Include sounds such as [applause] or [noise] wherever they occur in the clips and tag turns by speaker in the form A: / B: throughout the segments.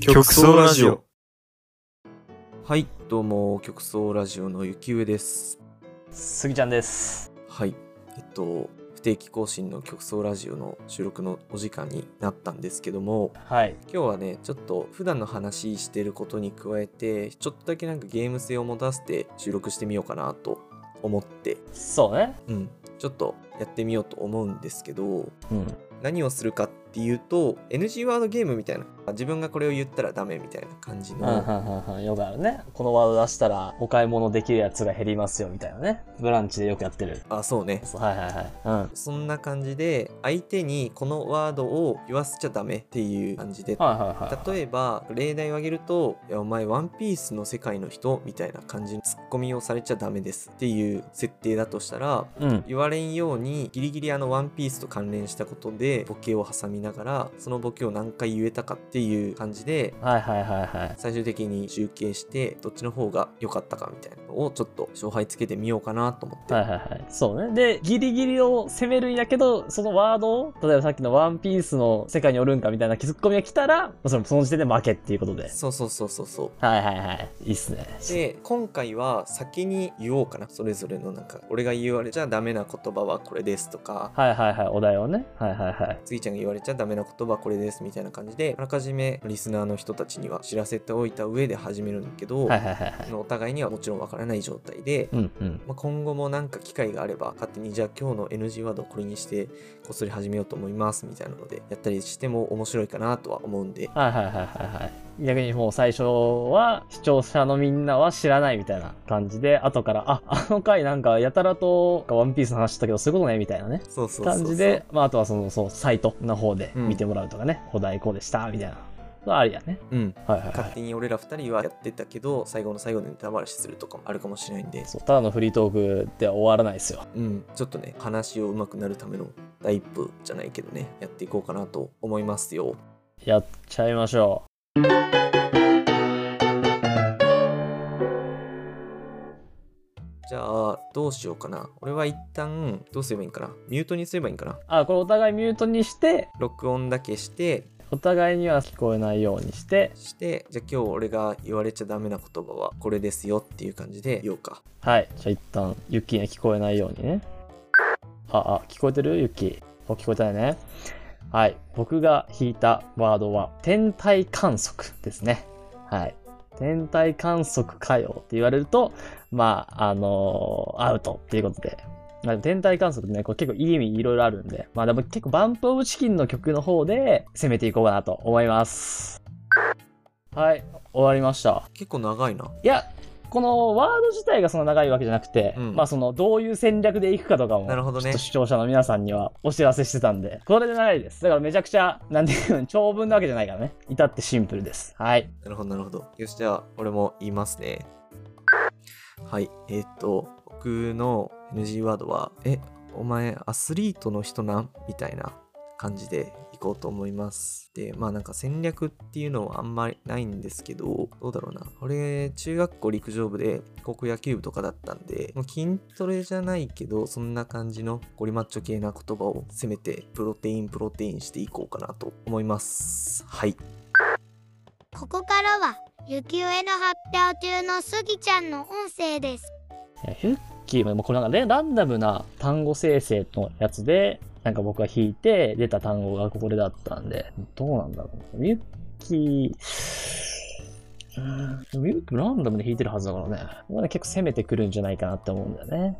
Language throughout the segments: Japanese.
A: 極総ラジオ。
B: はい、どうも、曲奏ラジオのゆきうえです。
C: すぎちゃんです。
B: はい、えっと、不定期更新の曲奏ラジオの収録のお時間になったんですけども、
C: はい。
B: 今日はね、ちょっと普段の話してることに加えて、ちょっとだけなんかゲーム性を持たせて収録してみようかなと思って、
C: そうね。
B: うん、ちょっとやってみようと思うんですけど、
C: うん。
B: 何をするかっていうと、NG ワードゲームみたいな、自分がこれを言ったらダメみたいな感じ
C: うんうん
B: の、
C: うんうん。よくあるね。このワード出したらお買い物できるやつが減りますよみたいなね。ブランチでよくやってる。
B: あ、そうね、
C: そうはいはいはい。
B: そんな感じで相手にこのワードを言わせちゃダメっていう感じで
C: うん。はいはいはい。
B: 例えば例題を挙げると「いやお前ワンピースの世界の人」みたいな感じのツッコミをされちゃダメですっていう設定だとしたら
C: うん。
B: 言われんようにギリギリあのワンピースと関連したことでボケを挟みながらそのボケを何回言えたかっていう感じで
C: はいはいはいはい。
B: 最終的に集計してどっちの方が良かったかみたいなのをちょっと勝敗つけてみようかなと思って、
C: はいはいはい。そうね。で、ギリギリを攻めるんやけど、そのワードを、例えばさっきのワンピースの世界におるんかみたいな気づっ込みが来たら、それもその時点で負けっていうことで。
B: そうそうそうそうそう
C: はいはいはい。いいっすね。
B: で今回は先に言おうかなそれぞれのなんか俺が言われちゃダメな言葉はこれですとか
C: はいはいはい。お題をね。はいはいはい。
B: つぎちゃんが言われちゃダメな言葉はこれですみたいな感じであらかじめリスナーの人たちには知らせておいた上で始めるんだけど、
C: はいはいはいはい。
B: お互いにはもちろんわからない状態で、
C: うんうん。
B: まあ、今後もなんか機会があれば勝手にじゃあ今日の NG ワードをこれにしてこっそり始めようと思いますみたいなのでやったりしても面白いかなとは思うんで
C: はいはいはいはいはい。逆にもう最初は視聴者のみんなは知らないみたいな感じで、後から、あ、あの回なんかやたらとワンピースの話したけどそういうことねみたいなね。
B: そうそうそうそう
C: 感じで、まああとはその、そう、サイトの方で見てもらうとかね、お題こうでした、みたいな。まあありやね。
B: うん
C: はいはいは
B: 勝
C: い。
B: 手に俺ら2人はやってたけど最後の最後でネタバラシするとかもあるかもしれないんで
C: そう、ただのフリートークでは終わらないですよ。
B: うん、ちょっとね話をうまくなるための第一歩じゃないけどねやっていこうかなと思いますよ
C: やっちゃいましょ
B: じゃあどうしようかな俺は一旦どうすればいいんかなミュートにすればいいんかな
C: う。あ、これお互いミュートにして、
B: 録音だけして
C: お互いには聞こえないようにして、
B: してじゃあ今日俺が言われちゃダメな言葉はこれですよっていう感じで言おうか
C: はい。じゃあ一旦、ユッキーには聞こえないようにね。あ、あ、聞こえてるユッキー。あ、聞こえてないね。はい。僕が引いたワードは、天体観測ですね。はい。天体観測かよって言われると、まあ、あのーアウトっていうことで。まあ、でも天体観測ね、これ結構いい意味いろいろあるんで、まあでも結構バンプオブチキンの曲の方で攻めていこうかなと思います。はい。終わりました。
B: 結構長いない
C: や、このワード自体がその長いわけじゃなくて、
B: うん
C: まあそのどういう戦略でいくかとかも、
B: なるほどね
C: ちょっと視聴者の皆さんにはお知らせしてたんで、これで長いです。だからめちゃくちゃ、なんていうの、長文なわけじゃないからね。至ってシンプルです。はい。
B: なるほどなるほどよしじゃあ俺も言いますねはいえーっと僕の NG ワードは「えお前アスリートの人なん?」みたいな感じでいこうと思いますでまあなんか戦略っていうのはあんまりないんですけどどうだろうな俺中学校陸上部で高校野球部とかだったんでもう筋トレじゃないけどそんな感じのゴリマッチョ系な言葉をせめてプロテインプロテインしていこうかなと思いますはい
D: ここからは雪上の発表中のスギちゃんの音声です。
C: えヒュッキーも、もうこれなんかねランダムな単語生成のやつで、なんか僕が引いて出た単語がこれだったんで、どうなんだろう。ミュッキー、うーんでもミュッキーランダムで引いてるはずだからね。これね結構攻めてくるんじゃないかなって思うんだよね。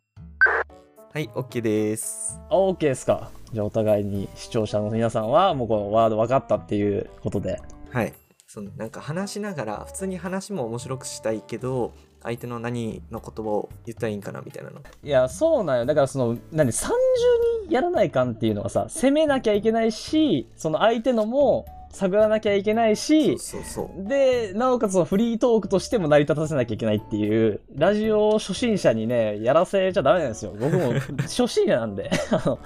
B: はい、OK です。
C: あ、OK ですか。じゃあお互いに視聴者の皆さんはもうこのワード分かったっていうことで。
B: はい。そのなんか話しながら、普通に話も面白くしたいけど、相手の何の言葉を言ったらいいんかなみたいなの。
C: いや、そうなんよ。だからその、何、三重にやらないかんっていうのがさ、攻めなきゃいけないし、その相手のも探らなきゃいけないし、
B: そうそう。
C: で、なおかつそのフリートークとしても成り立たせなきゃいけないっていう、ラジオ初心者にね、やらせちゃダメなんですよ。僕も初心者なんで、 [laughs] あの、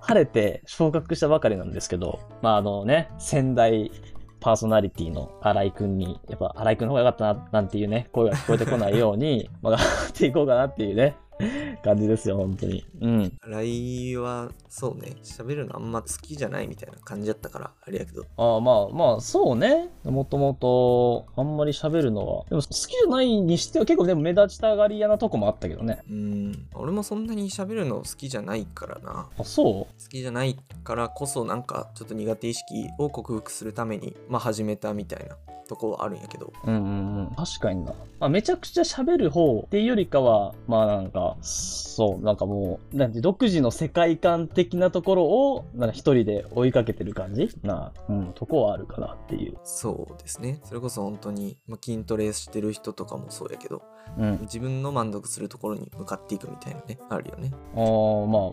C: 晴れて昇格したばかりなんですけど、まああのね、先代パーソナリティの新井くんに、 [laughs] やっぱ新井くんの方が良かったな、なんていうね、声が聞こえてこないように、まあ、頑張っていこうかなっていうね、感じですよ、本当に。うん。
B: ライは、そうね、喋るのあんま好きじゃないみたいな感じだったから、あれやけど。
C: ああ、まあまあ、そうね。もともと、あんまり喋るのは。でも、好きじゃないにしては結構でも目立ちたがり屋なとこもあったけどね。
B: うん、俺もそんなに喋るの好きじゃないからな。
C: あ、そ
B: 好きじゃないからこそなんかちょっと苦手意識を克服するために、まあ、始めたみたいなとこはあるんやけど
C: ううんうんうん。確かにな。まあ、めちゃくちゃ喋る方っていうよりかは、まあなんか、そう、なんかもう、なんて、独自の世界観的なところを、なんか一人で追いかけてる感じな、うん、とこはあるかなっていう。
B: そうですねそれこそ本当に、まあ、筋トレしてる人とかもそうやけど
C: うん。
B: 自分の満足するところに向かっていくみたいなねあるよね
C: ああ、まあ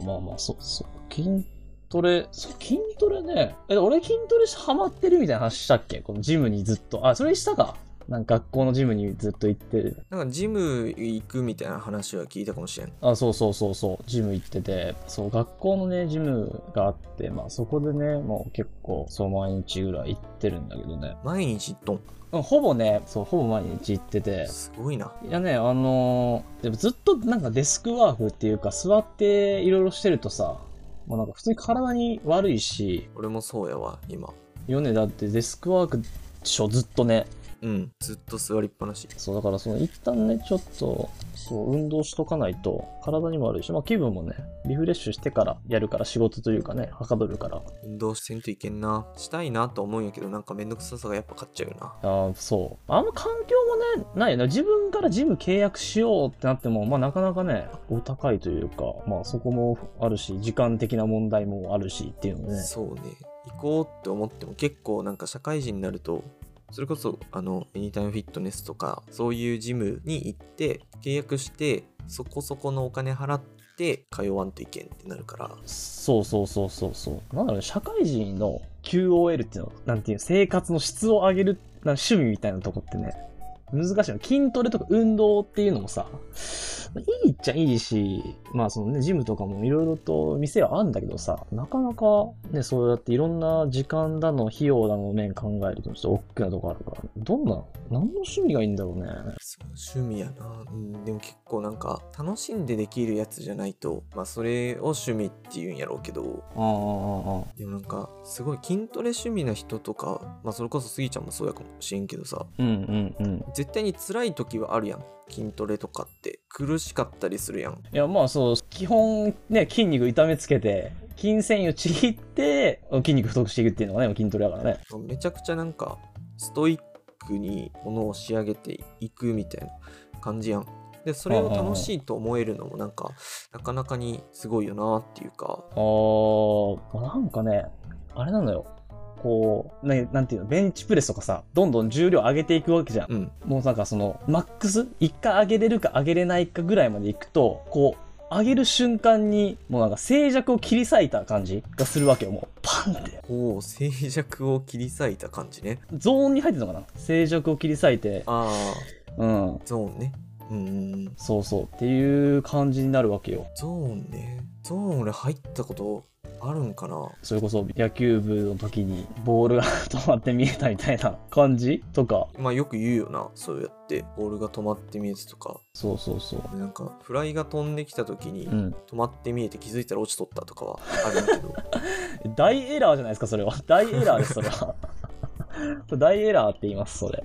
C: まあまあ、そうそう。筋トレ、そう筋トレね。え、俺筋トレしハマってるみたいな話したっけこのジムにずっと。あ、それしたか。なんか学校のジムにずっと行ってる。
B: なんかジム行くみたいな話は聞いたかもしれん
C: あ、そうそうそうそう。ジム行ってて。そう、学校のね、ジムがあって、まあそこでね、もう結構、そう毎日ぐらい行ってるんだけどね。
B: 毎日ドン
C: うんほぼね、そう、ほぼ毎日行ってて。
B: すごいない
C: やね、あのーでもずっとなんかデスクワークっていうか、座っていろいろしてるとさ、もうなんか普通に体に悪いし、
B: 俺もそうやわ今
C: よね、だってデスクワークでしょ、ずっとね。
B: うんずっと座りっぱなし
C: そう、だからその一旦ね、ちょっと、そう、運動しとかないと、体にも悪いし、まあ気分もね、リフレッシュしてからやるから、仕事というかね、はかどるから。
B: 運動せんといけんなしたいなと思うんやけどなんかめんどくささがやっぱ勝っちゃうよな
C: あーそう。あんま環境もね、ないよね。自分からジム契約しようってなっても、まあなかなかね、お高いというか、まあそこもあるし、時間的な問題もあるしっていうのね。
B: そうね行こうって思っても結構なんか社会人になるとそれこそあのエニタイムフィットネスとかそういうジムに行って契約してそこそこのお金払って通わんといけんってなるから
C: そうそうそうそうそう。なんだろうね、社会人の QOL っていうの、なんていうの、生活の質を上げる、なん趣味みたいなとこってね、難しいの。筋トレとか運動っていうのもさ、いいっちゃいいし、まあそのね、ジムとかもいろいろと店はあるんだけどさ、なかなかね、そうやっていろんな時間だの、費用だの面考えるとちょっと大きなとこあるから、どんな、何の趣味がいいんだろうね。
B: そう趣味やな、うん、でも結構なんか楽しんでできるやつじゃないとまあそれを趣味っていうんやろうけど
C: ああ、ああ、ああ。
B: でもなんかすごい筋トレ趣味な人とかまあそれこそスギちゃんもそうやかもしれんけどさ
C: うんうんうん。
B: 絶対に辛い時はあるやん筋トレとかって苦しかったりするやん
C: いやまあそう基本ね筋肉痛めつけて筋繊維をちぎって筋肉太くしていくっていうのがね筋トレだからね
B: めちゃくちゃなんかストイックにものを仕上げていくみたいな感じやんでそれを楽しいと思えるのもなんかなかなかにすごいよなっていうか
C: あーまあなんかねあれなのよこうねなんていうのベンチプレスとかさどんどん重量上げていくわけじゃん
B: うん
C: もうなんかそのマックス一回上げれるか上げれないかぐらいまでいくとこう上げる瞬間にもうなんか静寂を切り裂いた感じがするわけよもうパンって
B: おお静寂を切り裂いた感じね
C: ゾーンに入ってるのかな静寂を切り裂いて
B: ああ
C: うん
B: ゾーンねうんうんうん
C: そうそうっていう感じになるわけよ
B: ゾーンねゾーン俺入ったことあるんかな
C: それこそ野球部の時にボールが止まって見えたみたいな感じとか。
B: まあよく言うよなそうやってボールが止まって見えてとか
C: そうそうそう。
B: 俺なんかフライが飛んできた時に
C: うん。
B: 止まって見えて気づいたら落ちとったとかはあるんだけど [laughs]
C: 大エラーじゃないですか、それは。大エラーです、それは。 [laughs] 大エラーって言います、それ。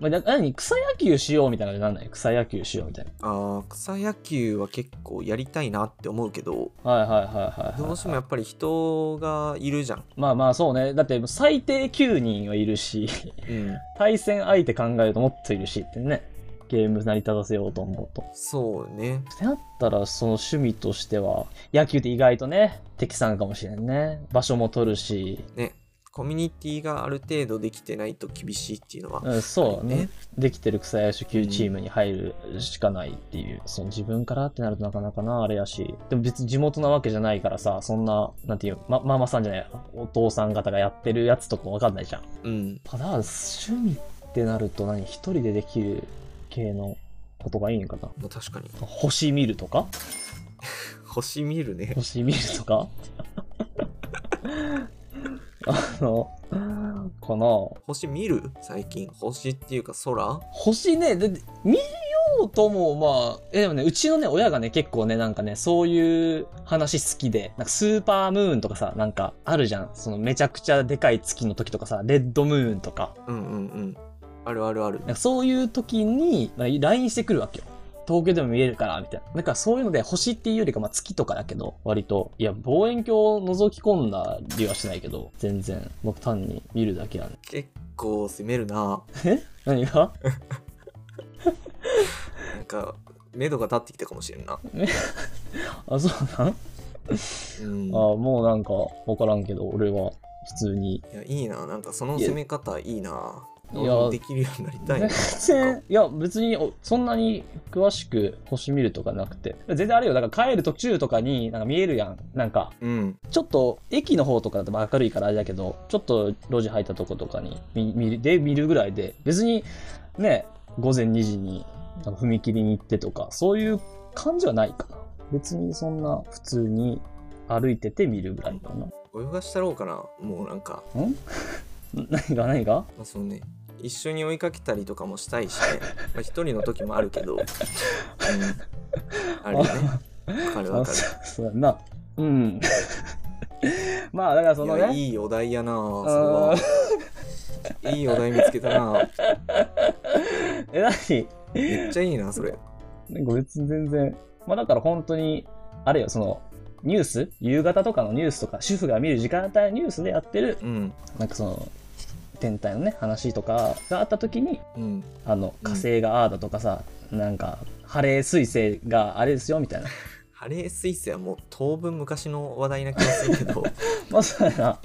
C: まあ、な何草野球しようみたいなのになんない草野球しようみたいな。
B: あー草野球は結構やりたいなって思うけど
C: はいはいはいはい、
B: ど
C: は
B: うしてもやっぱり人がいるじゃん、
C: い。まあまあそうね。だって最低9人はいるし、
B: うん、
C: 対戦相手考えるともっといるしってね。ゲーム成り立たせようと思うと。
B: そうね
C: ってなったらその趣味としては野球って意外とね適さんかもしれんね場所も取るし、
B: ねコミュニティがある程度できてないと厳しいっていうのは、
C: うん、そう
B: あ
C: だね
B: るよね
C: できてる草野球チームに入るしかないっていう、その自分からってなるとなかなかなあれやしでも別に地元なわけじゃないからさそんななんていうまママさんじゃないお父さん方がやってるやつとかわかんないじゃん
B: うん
C: ただ趣味ってなると何一人でできる系のことがいいんかな
B: まあ、確かに
C: 星見るとか
B: 星見るね
C: 星見るとか [laughs] あの、かな
B: 星見る最近星っていうか空
C: 星ね、だって見ようとも、まあ、え、でもね、うちのね、親がね、結構ね、なんかね、そういう話好きで、なんかスーパームーンとかさ、なんかあるじゃん。そのめちゃくちゃでかい月の時とかさ、レッドムーンとか、
B: うんうんうん。あるあるある。
C: なんかそういう時に、まあ LINE してくるわけよ。東京でも見えるから、みたいな。なんかそういうので、星っていうよりか、まあ月とかだけど、割と。いや、望遠鏡を覗き込んだりはしないけど、全然。僕単に見るだけやね。
B: 結構攻めるな。
C: 何が
B: なんか、目処が立ってきたかもしれんな。
C: あ、そう
B: う
C: なん
B: ん。
C: あーもうなんか分からんけど俺は普通に
B: いや、いいな。なんか、その攻め方いいな。
C: いや
B: 俺もできるようになりたいな。
C: 全然いや別におそんなに詳しく星見るとかなくて全然あれよだから帰る途中とかになんか見えるやんなんか
B: うん。
C: ちょっと駅の方とかだと明るいからあれだけどちょっと路地入ったとことかに見見るで見るぐらいで別にね午前2時になんか踏切に行ってとかそういう感じはないかな別にそんな普通に歩いてて見るぐらいかな
B: 泳がしたろうかな。もうなんか、
C: ん何が何が
B: まあ、そのね、一緒に追いかけたりとかもしたいしね。まあ、一人の時もあるけど。うん。あれね。わかるわかる。
C: あ [laughs] そうそうやんな。うん。 [laughs] まあだからそ
B: い
C: の
B: や
C: ね。
B: いいお題やなそれはいいお題見つけたな
C: え、なに
B: めっちゃいいなそれ
C: なんか別に全然。まあだから本当に、あれよ、その、ニュース夕方とかのニュースとか、主婦が見る時間帯のニュースでやってる、
B: うん
C: なんかその、天体のね、話とかがあった時に、
B: うん
C: あの、火星がああだとかさ、なんか、晴れ彗星があれですよ、みたいな。 [laughs]
B: ハレースイスはもう当分昔の話題な気がする
C: [laughs]
B: けど
C: まあそうやな。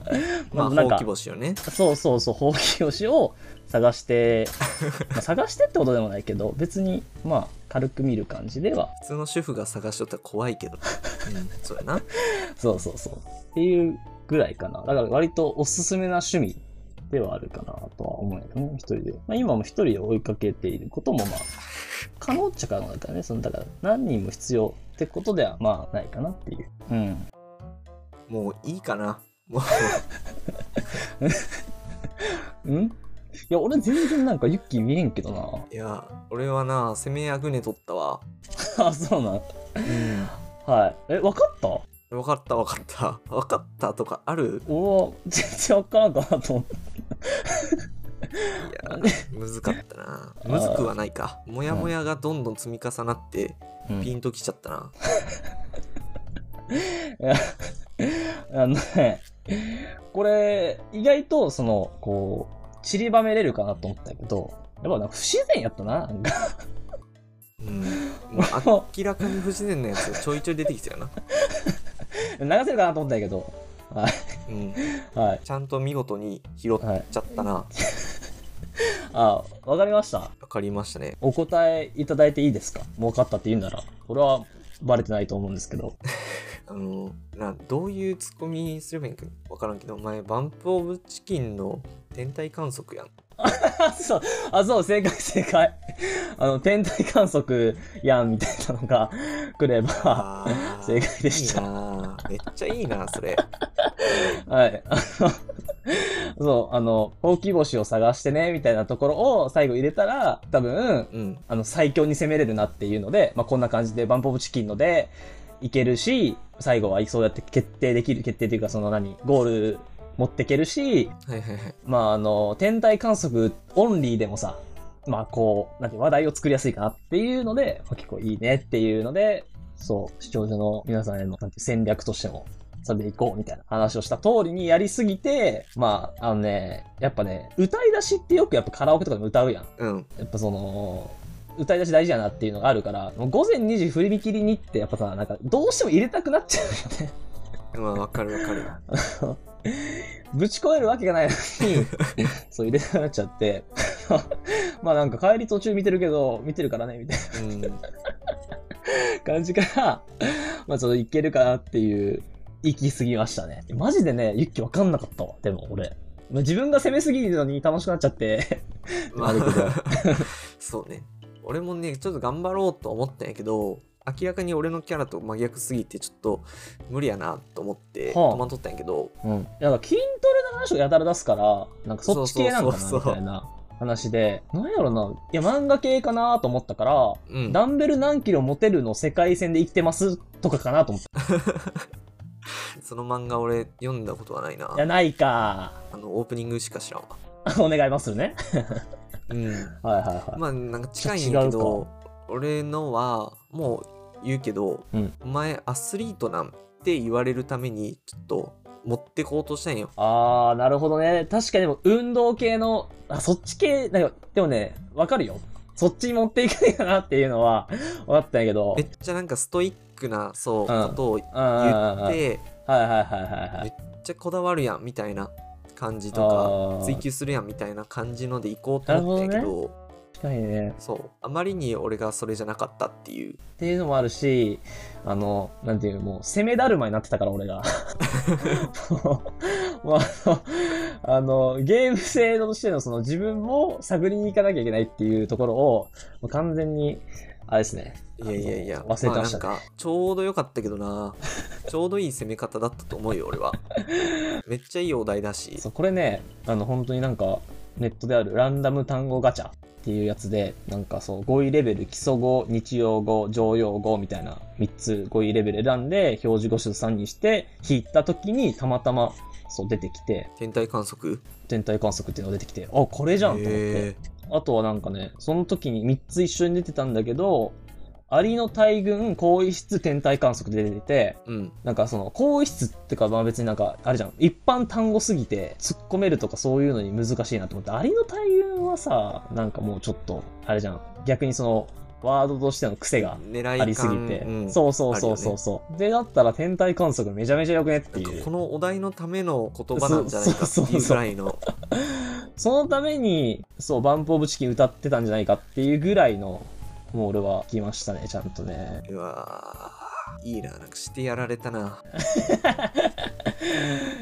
B: まあ
C: な
B: ほ
C: ん
B: う
C: か
B: き星よね
C: そうそうそう、ほうきよしを探して、まあ探してってことでもないけど、別に、まあ、軽く見る感じでは、
B: 普通の主婦が探しとったら怖いけど、うん、そうやな
C: そうそうそう。っていうぐらいかな。だから割とおすすめな趣味ではあるかなとは思うんやけどね、一人で。まあ今も一人で追いかけていることも、まあ、可能っちゃ可能だからね、その、だから何人も必要ってことでは、まあ、ないかなっていう。うん。
B: もういいかなもう
C: うんいや、俺全然なんかユッキー見えんけど
B: いや俺はな攻めあぐねとったわ、
C: な。 [laughs] あ、そうなん。
B: うん、
C: はい。え、わかった
B: 分かった分かった分かったとかある
C: 俺は全然わからんかなと思って。
B: いや
C: [laughs]
B: むずかったなむずくはないかモヤモヤがどんどん積み重なってピンときちゃったな、
C: いや、 [laughs] あのね、これ、意外と、その、こう、散りばめれるかなと思ったけど、やっぱなんか不自然やったな、なんか。
B: うん、もう明らかに不自然なやつがちょいちょい出てきたよな、
C: 流せるかなと思ったんやけど、
B: うん、
C: はい。
B: ちゃんと見事に拾っ
C: はい。
B: ちゃったなわ
C: あ、わかりました。
B: かりましたね
C: お答えいただいていいですかもう分かったって言うなら。これは、バレてないと思うんですけど。 [laughs]
B: あのなどういうツッコミすればいいんか分からんけどお前バンプ・オブ・チキンの天体観測やん
C: あ、そう、あ、そう、正解、正解。あの、天体観測やん、みたいなのが来れば、
B: あー
C: 正解でした
B: いいなめっちゃいいなそれ
C: はい。 [laughs] あの、そう、あの、ほうき星を探してね、みたいなところを最後入れたら、多分、
B: うん
C: あの、最強に攻めれるなっていうので、まあ、こんな感じで、バンポブチキンので、いけるし、最後はいそうやって決定できる、決定というか、その何、ゴール持ってけるし、
B: はいはいはい
C: まあ、あの、天体観測オンリーでもさ、まあ、こう、なんて話題を作りやすいかなっていうので、まあ、結構いいねっていうので、そう、視聴者の皆さんへのなんて戦略としても、それでいこうみたいな話をした通りにやりすぎて、まあ、あのね、やっぱね、歌い出しってよくやっぱカラオケとかでも歌うやん。
B: うん
C: やっぱその、歌い出し大事やなっていうのがあるから、もう午前2時振り切りにってやっぱさ、なんかどうしても入れたくなっちゃうよね。
B: まあ分かる分かる
C: [laughs] ぶち越えるわけがないの
B: [laughs]
C: に、そう入れなくなっちゃって、 [laughs] まあなんか帰り途中見てるけど、見てるからね、みたい
B: うん
C: な感じから、まあちょっといけるかなっていう、行き過ぎましたね。マジでね、ユッキわかんなかったわ、でも俺。まあ、自分が攻めすぎるのに楽しくなっちゃって、 [laughs] あるけど
B: [laughs] そうね俺もねちょっと頑張ろうと思ったんやけど明らかに俺のキャラと真逆すぎてちょっと無理やなと思って
C: はあ
B: 戸惑ったんやけど、
C: うん。なんか筋トレの話をやたら出すから、なんかそっち系なんか
B: そ
C: な、
B: うそうそうそう
C: みたいな。話で、なんやろな、いや、漫画系かなと思ったから、
B: うん。
C: ダンベル何キロ持てるの世界戦で生きてますとかかなと思っ
B: その漫画俺読んだことはないな
C: た。い。や、ないか。 [laughs]
B: あの、オープニングしか知らんわ。
C: お願いまするね。 [laughs]
B: うん。
C: はいはいはい。
B: まあ、なんか近いんやけ
C: ちょ
B: ど、俺のは、もう言うけど、
C: うん
B: お前アスリートなんって言われるために、ちょっと持ってこうとしたんよ。
C: あー、なるほどね。確かにでも運動系の、あ、そっち系、なんか、でもね、わかるよ。そっちに持っていくんやなっていうのは、 [laughs] 分かったんやけど。
B: めっちゃなんかストイックな、そう、
C: うん
B: ことを言っ
C: うんうんうんうん。はい
B: て、
C: はいはいはいはい。
B: めっちゃこだわるやんみたいな感じと
C: あ
B: か
C: ー
B: 追求するやんみたいな感じので行こうと思ったんやけ
C: なる
B: ど
C: 確かにね。
B: そうあまりに俺がそれじゃなかったっていう
C: っていうのもあるし、あの、なんていう、もう、攻めだるまになってたから、俺が。もうもうあの、あの、ゲーム性としての、その、自分も探りに行かなきゃいけないっていうところを、もう完全に、あれですね。
B: いやいやいや
C: あの忘れてましたね
B: あなんかちょうど良かったけど
C: [laughs]
B: なちょうどいい攻め方だったと思うよ俺はめっちゃいいお題だし
C: そうこれねあの本当になんかネットであるランダム単語ガチャっていうやつでなんかそう語彙レベル基礎語日用語常用語みたいな3つ語彙レベル選んで表示語数3にして引いた時にたまたまそう出てきて
B: 天体観測
C: 天体観測っていうのが出てきてあこれじゃんと思って
B: へ
C: あとはなんかねその時に3つ一緒に出てたんだけどアリの大群更衣室天体観測で出てて
B: ーうん
C: なんかその、更衣室ってか、まあ別になんか、あれじゃん、一般単語すぎて、突っ込めるとかそういうのに難しいなと思って、アリの大群はさ、なんかもうちょっと、あれじゃん、逆にその、ワードとしての癖が
B: 狙い感
C: ありすぎて、
B: うん
C: そうそうそうそうそう、で、だったら天体観測めちゃめちゃよくねって
B: ないんか
C: う
B: こ。のお題のための言葉なんじゃないかって
C: そうそう
B: い
C: そう
B: う
C: そ
B: ぐ
C: う
B: らいの
C: そのために、そう、バンプオブチキン歌ってたんじゃないかっていうぐらいの、もう俺は聞きましたね、ちゃんとね。
B: うわーいいななんかしてやられたな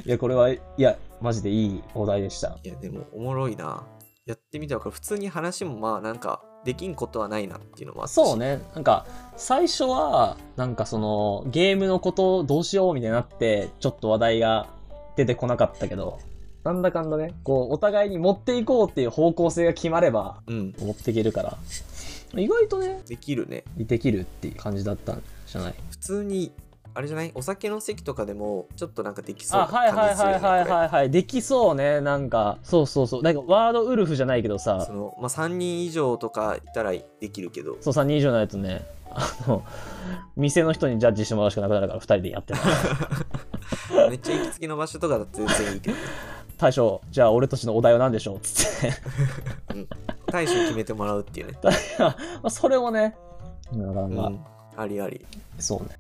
B: い
C: や、これは、いや、マジでいいお題でした。
B: いやでもおもろいなやってみたから普通に話もまあなんかできんことはないなっていうのもあったし
C: そうね。なんか、最初は、なんかその、ゲームのことどうしようみたいになって、ちょっと話題が出てこなかったけど、なんだかんだね、こう、お互いに持っていこうっていう方向性が決まれば、
B: うん
C: 持っていけるから、意外とね、
B: できるね
C: できるっていう感じだったんじゃない
B: 普通にあれじゃないお酒の席とかでもちょっとなんかできそう
C: あ、
B: な
C: はいはい
B: 感じする
C: はい
B: よね
C: はい
B: こ
C: はいはい。できそうね、なんか。そうそうそう。なんか、ワードウルフじゃないけど
B: れ
C: さ
B: そ、のまあ3人以上とかいたらできるけど
C: そう3人以上ないとね、あの、店の人にジャッジしてもらうしかなくなるから、2人でやってる。
B: [laughs] めっちゃ行きつけの場所とかだと全然いいけど
C: [laughs] 大将、じゃあ俺たちのお題は何でしょうつって。 [laughs]
B: 大将決めてもらうっていうね、
C: まあそれもね、なか
B: う
C: なか、
B: ん、ありあり
C: そうね。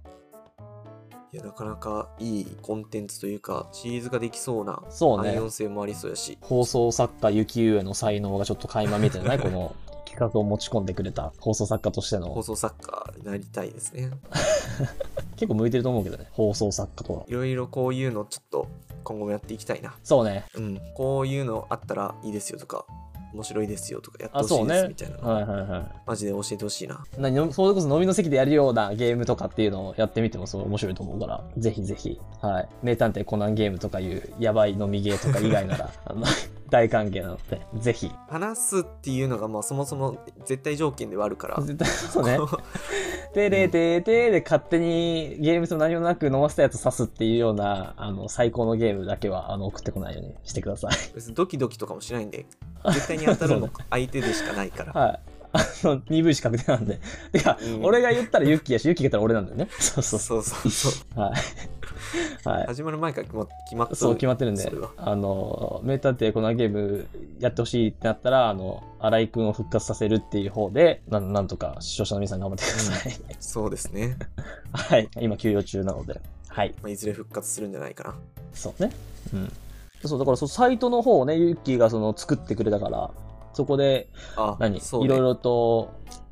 B: いやなかなかいいコンテンツというかシリーズができそうな
C: そうね
B: 汎用性もありそうやし
C: 放送作家、雪上の才能がちょっと垣間見えてないこ
B: [laughs]
C: の企画を持ち込んでくれた放送作家として
B: 放
C: の、
B: 送作家になりたいですね。
C: 結構向いてると思うけどね、放送作家とはい
B: ろいろこういうのちょっと今後もやっていきたいな
C: そうね。
B: うん、こういうのあったらいいですよとか、面白いですよとか、やって
C: あ、
B: ほし
C: そう
B: いです
C: ね
B: みたいな。。
C: はいはいはい。
B: マジで教えてほしいな。
C: 何のそれこそ飲みの席でやるようなゲームとかっていうのをやってみてもそう面白いと思うから、ぜひぜひ、はい。名探偵コナンゲームとかいうやばい飲みゲーとか以外
B: [laughs]
C: なら、あの、大歓迎なので、ぜひ。
B: 話すっていうのが、まあ、そもそも絶対条件ではあるから。
C: 絶対そうね。
B: こ
C: でれででで勝手にゲームと何もなく飲ませたやつ刺すっていうようなあの最高のゲームだけはあの送ってこないようにしてください。
B: [laughs] う [laughs] 別にドキドキとかもしないんで、絶対に当た
C: [laughs]
B: るの相手でしかないから。
C: はい。あの、鈍いし確定なんで。てか、
B: うん
C: 俺が言ったらユッキーやし、ユッキーが言ったら俺なんだよね。そうそ
B: そう
C: うそ
B: そうそうそう。
C: う。はい。はい。
B: 始まる前から決ま決まって
C: そう決まってるん
B: そ
C: で
B: れは、
C: あの、名探偵このゲームやってほしいってなったら、あの、荒井くんを復活させるっていう方で、なんなんとか視聴者の皆さん頑張ってください。
B: そうですね。
C: [laughs] はい。今休養中なので。はい。
B: まあ、いずれ復活するんじゃないかな。
C: そうね。うん。そう、だからそう、サイトの方をね、ユッキーがその作ってくれたから、そこで、
B: あ、
C: 何、
B: そう、
C: いろい
B: ろ。
C: ろと、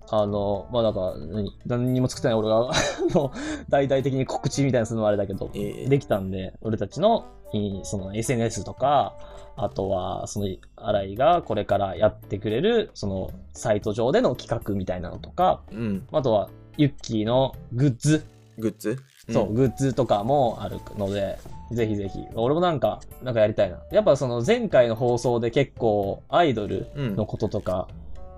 C: あの、まあ、なんか、何、何にも作ってない俺が、あ [laughs] の、大々的に告知みたいなのするのはあれだけど、
B: えー
C: できたんで、俺たちの、いその SNS とか、あとは、その、新井がこれからやってくれる、その、サイト上での企画みたいなのとか、
B: うん。
C: あとは、ユッキーのグッズ
B: グッズ
C: そう、グッズとかもあるので、ぜひぜひ。俺もなんか、なんかやりたいな。やっぱその前回の放送で結構アイドル
B: うん。
C: のこととか、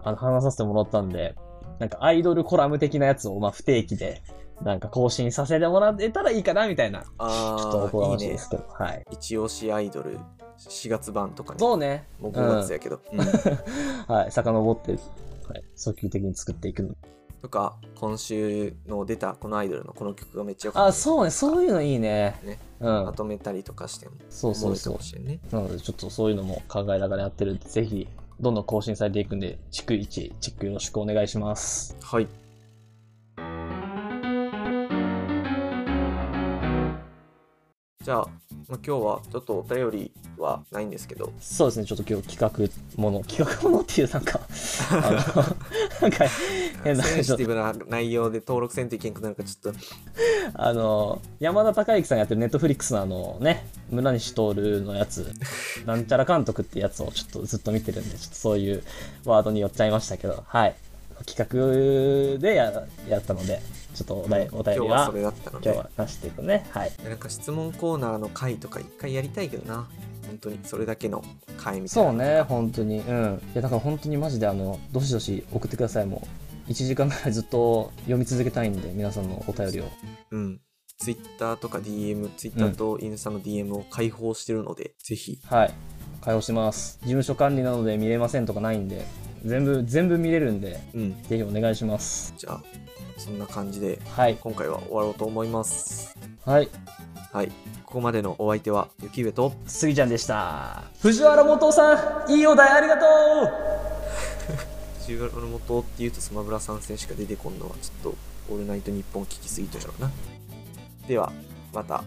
C: あの話させてもらったんで、なんかアイドルコラム的なやつをまあ不定期で、なんか更新させてもらえたらいいかなみたいな、ちょっと
B: あ
C: おこが
B: あ、い
C: ま
B: い
C: しいで
B: ね。
C: すけど、はい。
B: 一押しアイドル、4月版とかね。
C: そうね。
B: もう5月やけど。うん
C: [laughs] はい、遡って、はい、訴求的に作っていくの。
B: とか、今週の出たこのアイドルのこの曲がめっちゃよかった
C: あ、そうね、そういうのいいね。
B: ね
C: う
B: ま
C: ん。
B: とめたりとかしても、
C: そう
B: おも
C: そ
B: ろ
C: う
B: いか
C: そう
B: も。しれんね。
C: なので、ちょっとそういうのも考えながらやってるんで、ぜひ、どんどん更新されていくんで、逐一、チェックよろしくお願いします。
B: はい。じゃあ、まあ、今日はちょっとお便りはないんですけど、
C: そうですね、ちょっと今日企画もの、企画ものっていうなん
B: [laughs]
C: か、あの、なんか
B: セ
C: 変な
B: ンシティブな内容で登録せんといけんくなるから、ちょっと、
C: あの、山田孝之さんがやってるネットフリックスのあのね、村西徹の
B: [laughs]
C: やつ、なんちゃら監督ってやつをちょっとずっと見てるんで、ちょっとそういうワードに寄っちゃいましたけど、はい。企画でややったので、ちょっとお題お
B: 今日
C: 便り
B: は
C: は
B: それだったの
C: 今
B: で、
C: 日は出していくね。はい。
B: なんか質問コーナーの回とか一回やりたいけどな、本当にそれだけの回みたい
C: そ
B: な。
C: うね、本当に。うん。いや、だから本当にマジで、あの、どしどし送ってください。もう、1時間ぐらいずっと読み続けたいんで、皆さんのお便りを。
B: うん。ツイッターとか DM、ツイッターとインスタの DM を開放してるので、ぜひ。
C: はい。開放してます。事務所管理なので見れませんとかないんで、全部、全部見れるんで、
B: うん。
C: ぜひお願いします。
B: じゃあ、そんな感じで、
C: はい。
B: 今回は終わろうと思います。
C: はい。
B: はい。ここまでのお相手は、雪上と、
C: すぎちゃんでした。藤原元さん、いいお題ありがとう
B: 中学の元っていうとスマブラ参戦しか出てこんのは、ちょっと、オールナイト日本聞きすぎたやろな。では、また。